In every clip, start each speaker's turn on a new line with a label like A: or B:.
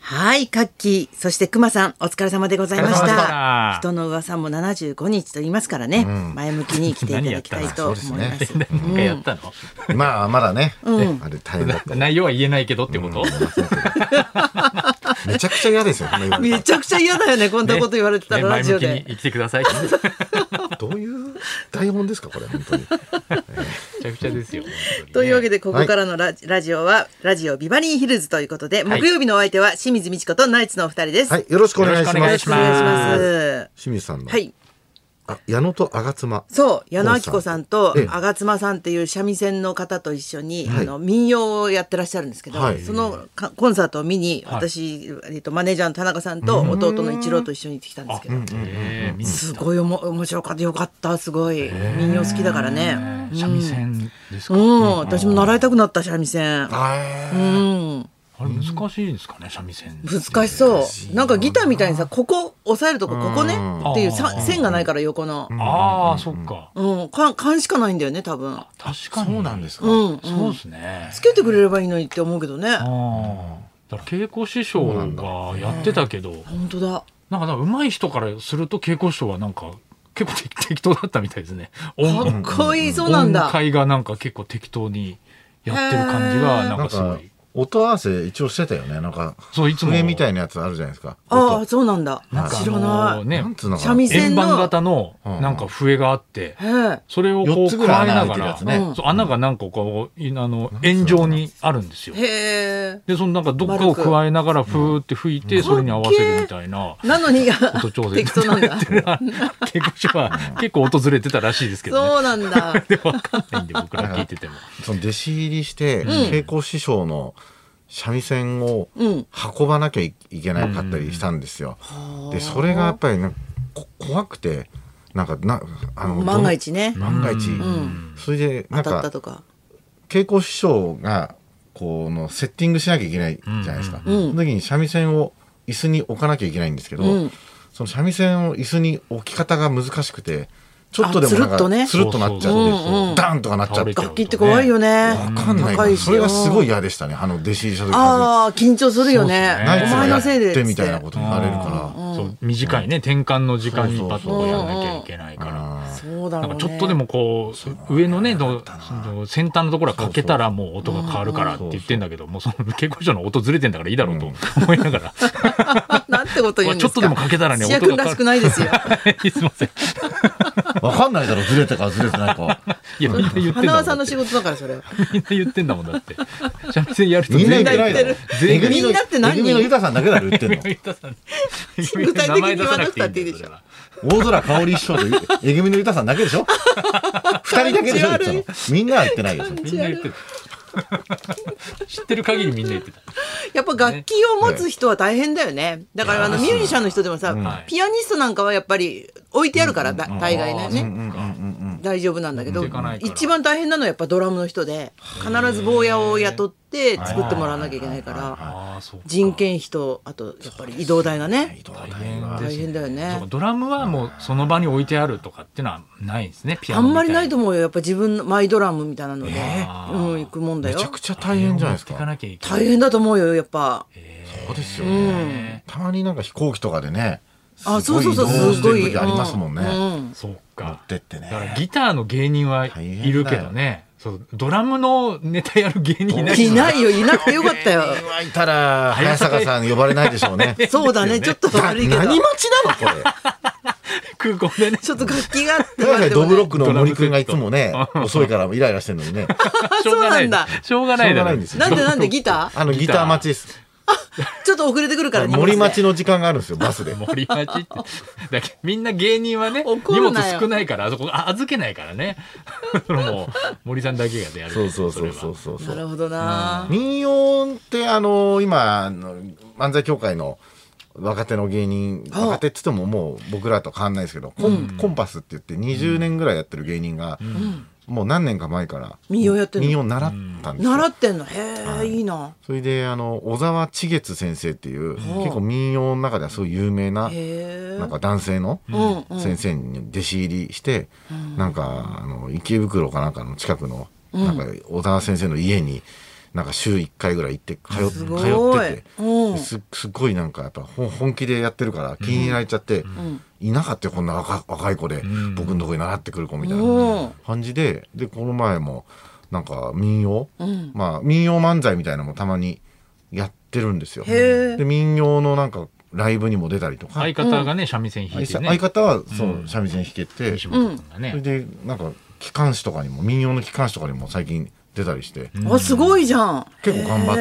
A: はい、カッキー、そして熊さん、お疲れ様でございまし。
B: お疲れ様でしたた
A: 人の噂も75日と言いますからね、前向きに来ていただきたいと思い
B: 何
A: ま
B: やった
A: す。
B: のなんかやったの、
C: まあまだね、あれ大変だった
B: 内容は言えないけどってこと、
C: めちゃくちゃ嫌ですよ、今言われ
A: めちゃくちゃ嫌だよね、こんなこと言われてた
B: ね
A: らラ
B: 前
A: ジ
B: 向
A: オ
B: き
A: で。
B: に生きてくだ さい
C: たらどういう台本ですか、これ、本当に。
B: めちゃくちゃですよ、本当にね
A: というわけで、ここからのラジ,、ラジオは、ラジオビバリーヒルズということで、
B: はい
A: 木曜日のお相手は清水美智子とナイツのお二人です。
C: はい、よろしくお願いし
B: よ
C: ま
B: ろ
C: す。
B: しくお願いしま
A: よろし
B: す
A: くお願いしま
C: 清水さんの、
A: すはい。
C: あ矢野と吾妻。
A: そう矢野明子さんと
C: ええ
A: 吾妻さんっていう三味線の方と一緒に、
C: はい
A: あの民謡をやってらっしゃるんですけど、
C: はい
A: そのかコンサートを見に
B: はい
A: 私、えっとマネージャーの田中さんと弟の一郎と一緒に行ってきたんですけど、
B: えーみんな
A: すごいおも面白かったよかったすごい民謡好きだからね。
B: 三味線ですか、
A: うん、私も習いたくなった三味線。う
C: あ
A: ん、
B: あれ難しいんですかね三味線
A: 難しそう。なんかギターみたいにさ、ここ押さえるとこ、ここねっていうさ
B: あー
A: 線がないから横の。
B: ああ、そっか
A: うん、か勘しかないんだよね、多分。
B: 確か
C: ー
B: に
C: そうなんですか。
A: うん、うん。
B: そうですね
A: つけてくれればいいのにって思うけどね。
B: ああだから稽古師匠がやってたけど
A: 本当だ。
B: なんかなんか上手い人からすると稽古師匠はなんか結構適適当だったみたいですね音
A: かっこいい、そうなんだ
B: 音。階がなんか結構適当にやってる感じがなん
C: なん
B: かすご
C: か
B: い
C: 音合わせ一応してたよね、なんか。
B: そういつも
C: 笛みたいなやつあるじゃないですか。
A: ああ、
C: 音
A: そうなんだ。
B: なんか
A: 知ら
B: あ
A: な
B: の
A: い。
B: ね
C: なんつうのか
A: 三
C: な
A: 味。線
B: 円
A: の。
B: 盤型の
C: うん
B: なんか笛があって
A: へえ
B: それをこ
C: 四
B: う
C: つぐら
B: 加
C: い
B: えな
C: 穴開
B: が
C: いてるや
B: ら
C: つね
B: そう穴がなんかこういあの円状にあるんですよ
A: へ
B: でそのなんかどっかを加えながらふーって吹いてそれに合わせるみたいな
A: え。なのに、
B: 音調整
A: 適当なん だ。
B: 結構師匠は結構訪れてたらしいですけどね
A: そうなんだ。
B: でも分かんないんで僕ら聞いてても
C: その弟子入りして、稽古師匠の三味線を
A: うん。
C: 運ばなきゃいけなかったりしたんですよ。で、それがやっぱりね、こ怖くて、なんか、な、あの、
A: 万が一ね。
C: 万が一、
A: ん
C: それでな
A: 当た
C: ん
A: った
C: か
A: とか。
C: 稽古師匠がこのセッティングしなきゃいけないじゃないですか、
A: うん
C: その時に三味線を椅子に置かなきゃいけないんですけど、
A: うん
C: その三味線を椅子に置き方が難しくてちょっとでもなん
A: あ
C: か
A: つるっとね
C: つるっとなっちゃって、
B: そうそうそう
A: うんうん
C: ダーンとかなっちゃって
B: 倒
C: わ
A: 楽器って怖いよね。
C: かんない
A: 高
C: から
A: いし
C: それがすごい
A: よ。
C: 嫌でしたねあの弟子入りした時
A: ああ、緊張するよね。
B: そ
A: お
B: うっすね
A: 前の
C: ナイ
A: せいで
C: ツが
A: っつって
C: やっ
A: て。
C: みたいなこと言われるか
B: そう短いね転換の時間にパッとこうやらなきゃいけないからら。
C: あー
A: そうだ
B: なん
A: ろう
B: か
A: ね。
B: ちょっとでもこう上のねのその先端のところはかけたらもう音が変わるからって言ってんだけどもうその稽古所の音ずれてんだからいいだろうと思いながら
A: なんてこと言うんですか。
B: ちょっとでもかけたらね
A: 土屋
B: 音
A: 君
B: が
A: らしくないですよ。
B: すいません
C: わかんないだろずれたかずれてないか
B: いやみんな 言ってん
A: 花
B: だ
A: 輪
B: も
A: さ
B: ん
A: んの
B: だっ
A: 仕
B: て
A: 事だからそれ。
B: みんな言ってんだもんだって三味線やる人
C: みんな言って
B: 全員
C: ないだろ
B: 全員
A: みんなって何
C: めぐみのゆたさんだけだろ言ってんの
B: 言ったさん
A: 具体的に言わなくたっていいでしょ
C: 大空香織師匠とゆえぐみのゆたさんだけでしょ二人だけでしょ言ってたのみんなは言ってないよそれ
B: みんな言ってる 知ってる限りみんな言ってた
A: やっぱ楽器を持つ人は大変だよね。だからあのミュージシャンの人でもさ、
B: はい
A: ピアニストなんかはやっぱり置いてあるから、だ大概ねね、大丈夫なんだけど
B: 持ってかない、から
A: 一番大変なのはやっぱドラムの人で、必ず坊やを雇って作ってもらわなきゃいけないから、
B: ああそうか
A: 人件費と、あとやっぱり移動代がね、
B: 大変ですね
A: 大変だよ
B: そうか
A: ね。
B: ドラムはもうその場に置いてあるとかっていうのはないんですねピア
A: あ
B: ノ
A: んまりないと
B: 思
A: 思うよ。やっぱ自分のマイドラムみたいなので、
B: ー
A: うん、行くもんだ
C: め
A: よ
C: ちゃ。くちゃ大変じゃないで
B: 持
C: す
B: ってか
C: か
B: なきゃいけない
A: 大変だと思うよ、やっぱ。
C: そうですよねたまになんか飛行機とかでねす
A: あ、そ
C: ご
A: う
C: い
A: そう
C: 移
A: そ
C: 動
A: う、す
C: して
A: ご
C: る
A: い。
C: 時ありますもんね
A: うんうん
B: そう
C: 持
B: か
C: ってって
B: だから
C: ね
B: ギターの芸人はい
C: 大変だよ
B: るけどねそうドラムのネタやる芸人いない
A: いないよ、いなくてよかったよ。
C: 芸人はいたら早坂さん呼ばれないでしょうね
A: そうだね、ちょっと
C: な
A: 悪いけど。
C: 何待ちなのこれ
B: 空港でね
A: ちょっと楽器があって言わ
C: だか
A: れ
C: ら
A: ても
C: ド
A: ね
C: ブロックの森くんがいつもね
B: ドラムセット
C: 遅いからイライラしてるのにね
B: しょうがない
A: そうなんだ
B: しょうがないだ
C: しょうがな
B: ろ
C: いんですよ
A: なんでなんでギ タ
C: あのギター待ちです
A: ーちょっと遅れてくるから荷物で
C: 森待ちの時間があるんですよバスで
B: 森町ってだけどみんな芸人はね荷
A: 怒る
B: 物
A: なよ
B: 少ないからあそこあ預けないからね それもう森さんだけがでやる
C: そうそうそうそうそうそ
A: な
C: う
A: るほどな。
C: 民謡ってあの今あの漫才協会の若手の芸人
A: ああ
C: 若手っつってももう僕らと変わんないですけど、コンコンパスって言って20年ぐらいやってる芸人が、もう何年か前から
A: 民謡やってんの
C: 民謡習ったんですよ、
A: 習ってんの、へえ、いいな。
C: それであの小沢千月先生っていう
A: あ
C: 結構民謡の中ではすごい有名な
A: へえ
C: なん。か男性の
A: うんうん
C: 先生に弟子入りして、なんかあの池袋かなんかの近くのなんか小沢先生の家になんか週1回ぐらい行って通っ
A: す
C: 通
A: ごい
C: ってて
A: うん
C: すすごいなんかやっぱほん本気でやってるから気に入られちゃって、いなかったよこんな若若い子で、
B: ん
C: 僕のとこに習ってくる子みたい
A: うん
C: な感じででこの前もなんか民謡、
A: うん
C: まあ民謡漫才みたいなのもたまにやってるんですよ。
A: へえ
C: で民謡のなんかライブにも出たりとか
B: 相方がね三味線弾いてね
C: 相方はそう三味線弾けて、
B: 西本君がね、
C: それでなんか機関士とかにも民謡の機関士とかにも最近出たりして、
A: あすごいじゃん
C: 結構頑張って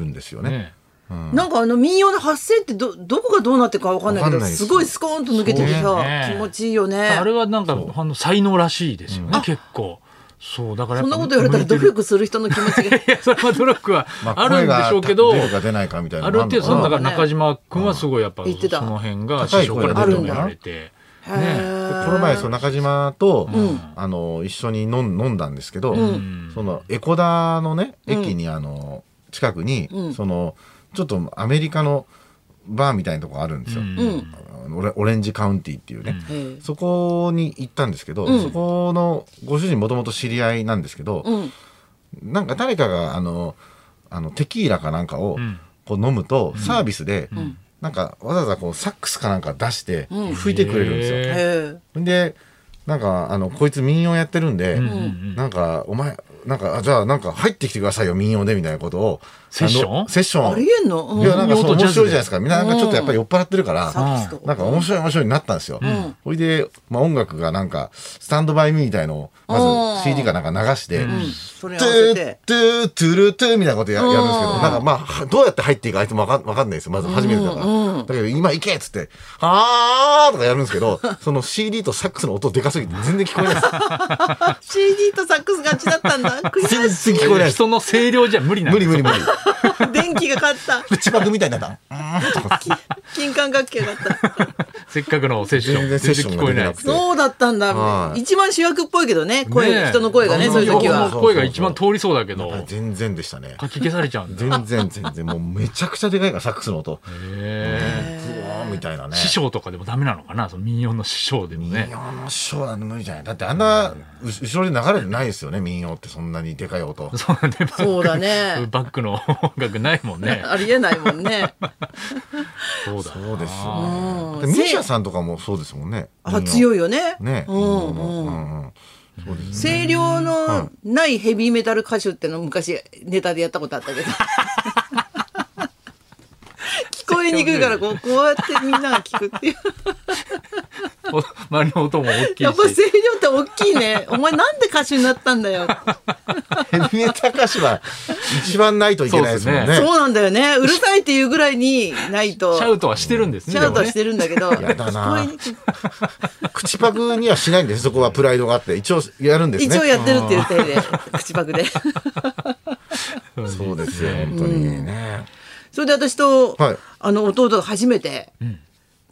C: るん
A: へ
C: ですよ
B: ね
C: ね。
A: えなんかあの民謡の発声ってどどこがどうなってるかわかんないけど
C: わかんないです
A: すごいスコーンと抜けてて
B: そう
A: さ、
B: ね
A: 気持ちいいよね
B: あれはなんかあの才能らしいですよね、
C: うん
B: 結構そうだから
A: そんなこと言われたら
B: ド
A: 努
B: 力
A: 力する人の気持 ちが
B: いやそれは努力は
C: ま
B: あるんでしょうけど、
C: 声が出るか出ないかみたいな
B: ある程度そ
C: の
B: の
C: も
B: だか
C: ある
B: ら中島君はすごいやっぱそ
A: 言ってた
B: の辺が師匠から認められて
A: へえ
C: のかなこの前その中島と、
A: うん
C: あの一緒に飲ん飲んだんですけど、
B: ん
C: そのエコダのね
A: うん
C: 駅にあの近くに、
A: うん
C: そのちょっとアメリカのバーみたいなとこあるんですよ、
B: うん
A: うん
C: あのオレオレンジカウンティっていうね、
B: うん
A: へえ
C: そこに行ったんですけど、
A: うん
C: そこのご主人もともと知り合いなんですけど、
A: うん
C: なんか誰かがあのあのテキーラかなんかを
B: うん
C: こう飲むとサービスで、
A: ん
C: なんかわざわざこうサックスかなんか出して
A: うん
C: 吹いてくれるんですよ。
B: へ
A: へ
C: でなんかあのこいつ民謡やってるんで、
B: うんうん
C: なんかお前なんかあじゃあなんか入ってきてくださいよ民謡でみたいなことを
B: セッション
C: あのセッショ
A: え
C: ン
A: あ
C: を
A: り
C: い
A: えんの、うん
C: やなんかそう
B: 民謡とジャ
C: 面白
B: ズで
C: いじゃないですかみんななんかちょっとやっぱり酔っ払ってるから、
A: サックスとか
C: なんか面白い面白いになったんですよ。
A: ん
C: ほいで、まあ、音楽がなんか、スタンドバイミーみたいのを、まず CD かなんか流して、
A: うんそれ
C: ト
A: に合わせ
C: ゥ
A: て
C: ー、トゥー、トゥルートゥーみたいなことややるんですけど
A: う、ん
C: なんかまあ、はどうやって入っていいかあいつもわかんわかんないですよ。まず初めてだから。
A: うんうん
C: だけど、今行けっつって、はーとかやるんですけ ど、その CD とサックスの音でかすぎて全然聞こえないです。
A: CD とサックス勝ちだったんだ悔しい
C: 全然聞こえないです。
B: 人の声量じゃ無理なん
C: 無
B: です
C: 理
B: よ
C: 無理無理。
A: 電気が勝った
C: 口パク みたいになった。うーんとか
A: 金管楽器が勝 った
B: せっかくのセッション
C: 全然セッション
B: 聞
C: が
B: こえ
C: でき
B: ない
C: な
B: で
C: く
B: す
C: て。
A: そうだったんだ、
C: はい
A: 一番主役っぽいけどね声
B: ねえ
A: 人の声がね
C: あ
A: そういう時
B: 人
A: は
B: の声が一番通りそうだけど
C: あ全然でしたね。
B: かき消されちゃうんだ
C: 全然全然。もうめちゃくちゃでかいから、サックスの音。
B: へ
C: ブーンみたいな
B: ー
C: ね。
B: 師匠とかでもダメなのかなその民謡の師匠でも
C: 民
B: ね
C: 謡の師匠なんて無理じゃないだってあんなう後ろで流れてないですよね民謡ってそんなにでかい音
B: そうだねバック
A: そうだね
B: バックの音楽ないもんね
A: ありえないもんね
B: そうだ
C: そうです
A: うん
C: よねミシャさんとかもそうですもんね
A: あ強
C: い
A: いよね
C: ね
A: う
C: 民謡
A: ん
C: の
A: うん
C: うんうんそうですね
A: 声量のないヘビーメタル歌手っての昔ネタでやったことあ ったけど聞こえにくいからこうこうやってみんなが聞く っていう
B: お周りの音も大き
A: や
B: い
A: っぱ声量
B: し
A: って大きいねお前なんで歌手になったんだよ
C: ヘ ビメタ歌手は一番ないといけないですもんね
A: そうなんだよ ねうるさいっていうぐらいにないと
B: シャウトはしてるんですね
A: シャウトは
B: で
A: して
B: もね
A: るんだけど
C: やだな
A: 聞こえにくい
C: 口パクにはしないんですそこはプライドがあって一応やるんですね
A: 一応やってるっていう手で 口パクで
C: そうですよ本当にね
A: それで私と、
C: はい
A: あの弟が初めて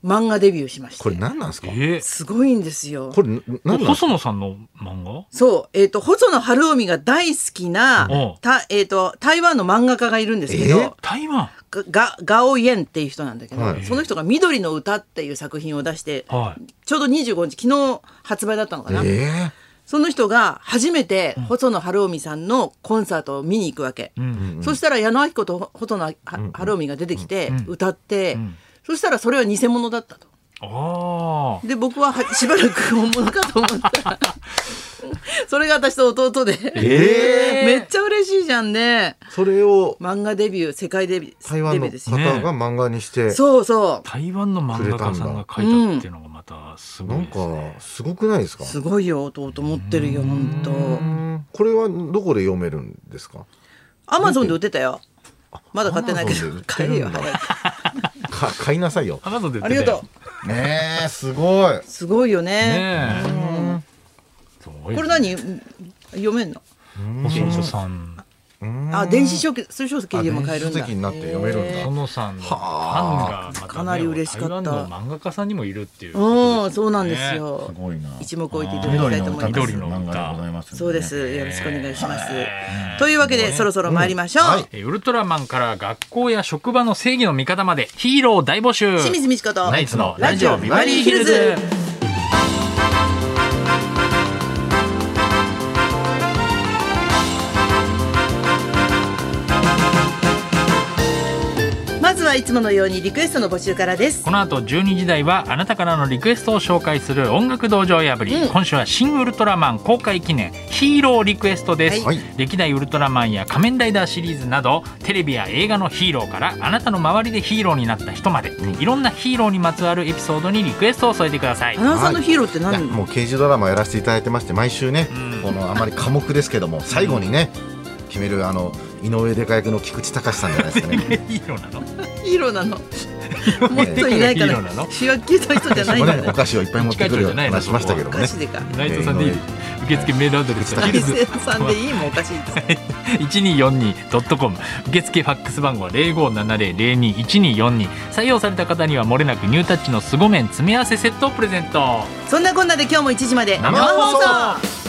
A: 漫画デビューしました
C: これ何なんですか
B: えー
A: すごいんですよ
C: これな何なんです
B: 細
C: か
B: 野さんの漫画
A: そう、えっ、と、細野晴臣が大好きな、
B: うん
A: たえっ、と、台湾の漫画家がいるんですけ
C: え
A: ど、
B: 台湾
A: がガオイエンっていう人なんだけど、
C: はい
A: その人が「緑の歌」っていう作品を出して、
B: はい
A: ちょうど25日昨日発売だったのかな、
C: え
A: その人が初めて細野晴臣さんのコンサートを見に行くわけ、
B: うん
A: そしたら矢野明子と細野は晴臣が出てきて
B: うん
A: 歌って、
B: うん
A: そしたらそれは偽物だったと。
B: ああ
A: で僕ははしばらく本物かと思ったらそれが私と弟で、
C: え
A: めっちゃ嬉しいじゃんね
C: えそれを
A: 漫画デビュー世界デビュー
C: 台湾
A: デビュー
C: の
A: です
C: 方
A: よ
B: ね
C: が漫画にして
A: そうそ
B: 台湾の漫画家さんが書いたっていうのがまたすご
C: ないん
B: ですね
C: かすごくないです
A: う
C: か
A: すごいよ弟持ってるよ本当
C: これはどこで読めるんですか
A: アマゾンで売ってたよまだ買ってないけ
C: Amazon で売
A: ど
C: って
A: 買
C: るん
A: え
C: だ
A: よ早く
C: か買いなさいよ
B: アマゾンで売
A: あ
B: っ
A: り
B: て
A: が
B: た
A: と
B: よ
A: う
C: ねえすごい
A: すごいよね
B: ねえすごい
A: これ何読めんの
B: 細野さん
A: あ電子書籍水書籍
C: あ
A: でも買えるんだ
C: 電子書籍になって読めるんだ
B: 細野さんのファンがまたね
A: かなり嬉しかった
B: 台湾の漫画家さんにもいるっていう
A: うんそうなん
B: ね
A: ですよ
C: ごいな
A: 一目置いていただきたいと思いま
B: 緑
A: す
B: の漫画でござい
C: ます
A: そうですよろしくお願いしますというわけでそろそろ参りましょう
C: はい
B: えーウルトラマンから学校や職場の正義の味方までヒーローを大募集
A: 清水美智子と
B: ナイツのラジオビバリーヒルズ
C: 「
A: まずはいつものようにリクエストの募集からです
B: この後12時台はあなたからのリクエストを紹介する音楽道場破り、
A: うん
B: 今週は新ウルトラマン公開記念ヒーローリクエストです、
C: はい
B: 歴代ウルトラマンや仮面ライダーシリーズなどテレビや映画のヒーローからあなたの周りでヒーローになった人まで、いろんなヒーローにまつわるエピソードにリクエストを添えてください、
A: 花輪さんのヒーローって
C: いや
A: 何、
C: もう刑事ドラマやらせていただいてまして毎週ね、
B: うん
C: このあまり寡黙ですけども最後にね決めるあの井上でか役の菊池隆さんじゃないです かね。
B: ヒーローなの
A: ヒーロー なのもっといないか
B: ヒーローな
A: ら
B: の
A: 主役級の人じゃないん
C: も
A: だ
C: ねお
A: ね
C: 菓子をいっぱい持ってくるような話しましたけど
A: お
C: も
A: 菓
C: ね。
A: 子でか
B: 内藤さんでいい
C: え
B: 受付メールアドレス
A: 大
B: ヒルズ
A: 勢さんでいいもんおかしいですね
B: 1242.com 受付ファックス番号0570021242採用された方にはもれなくニュータッチの凄麺詰め合わせセットをプレゼント
A: そんなこんなで今日も1時まで
B: 生放送
A: 生放送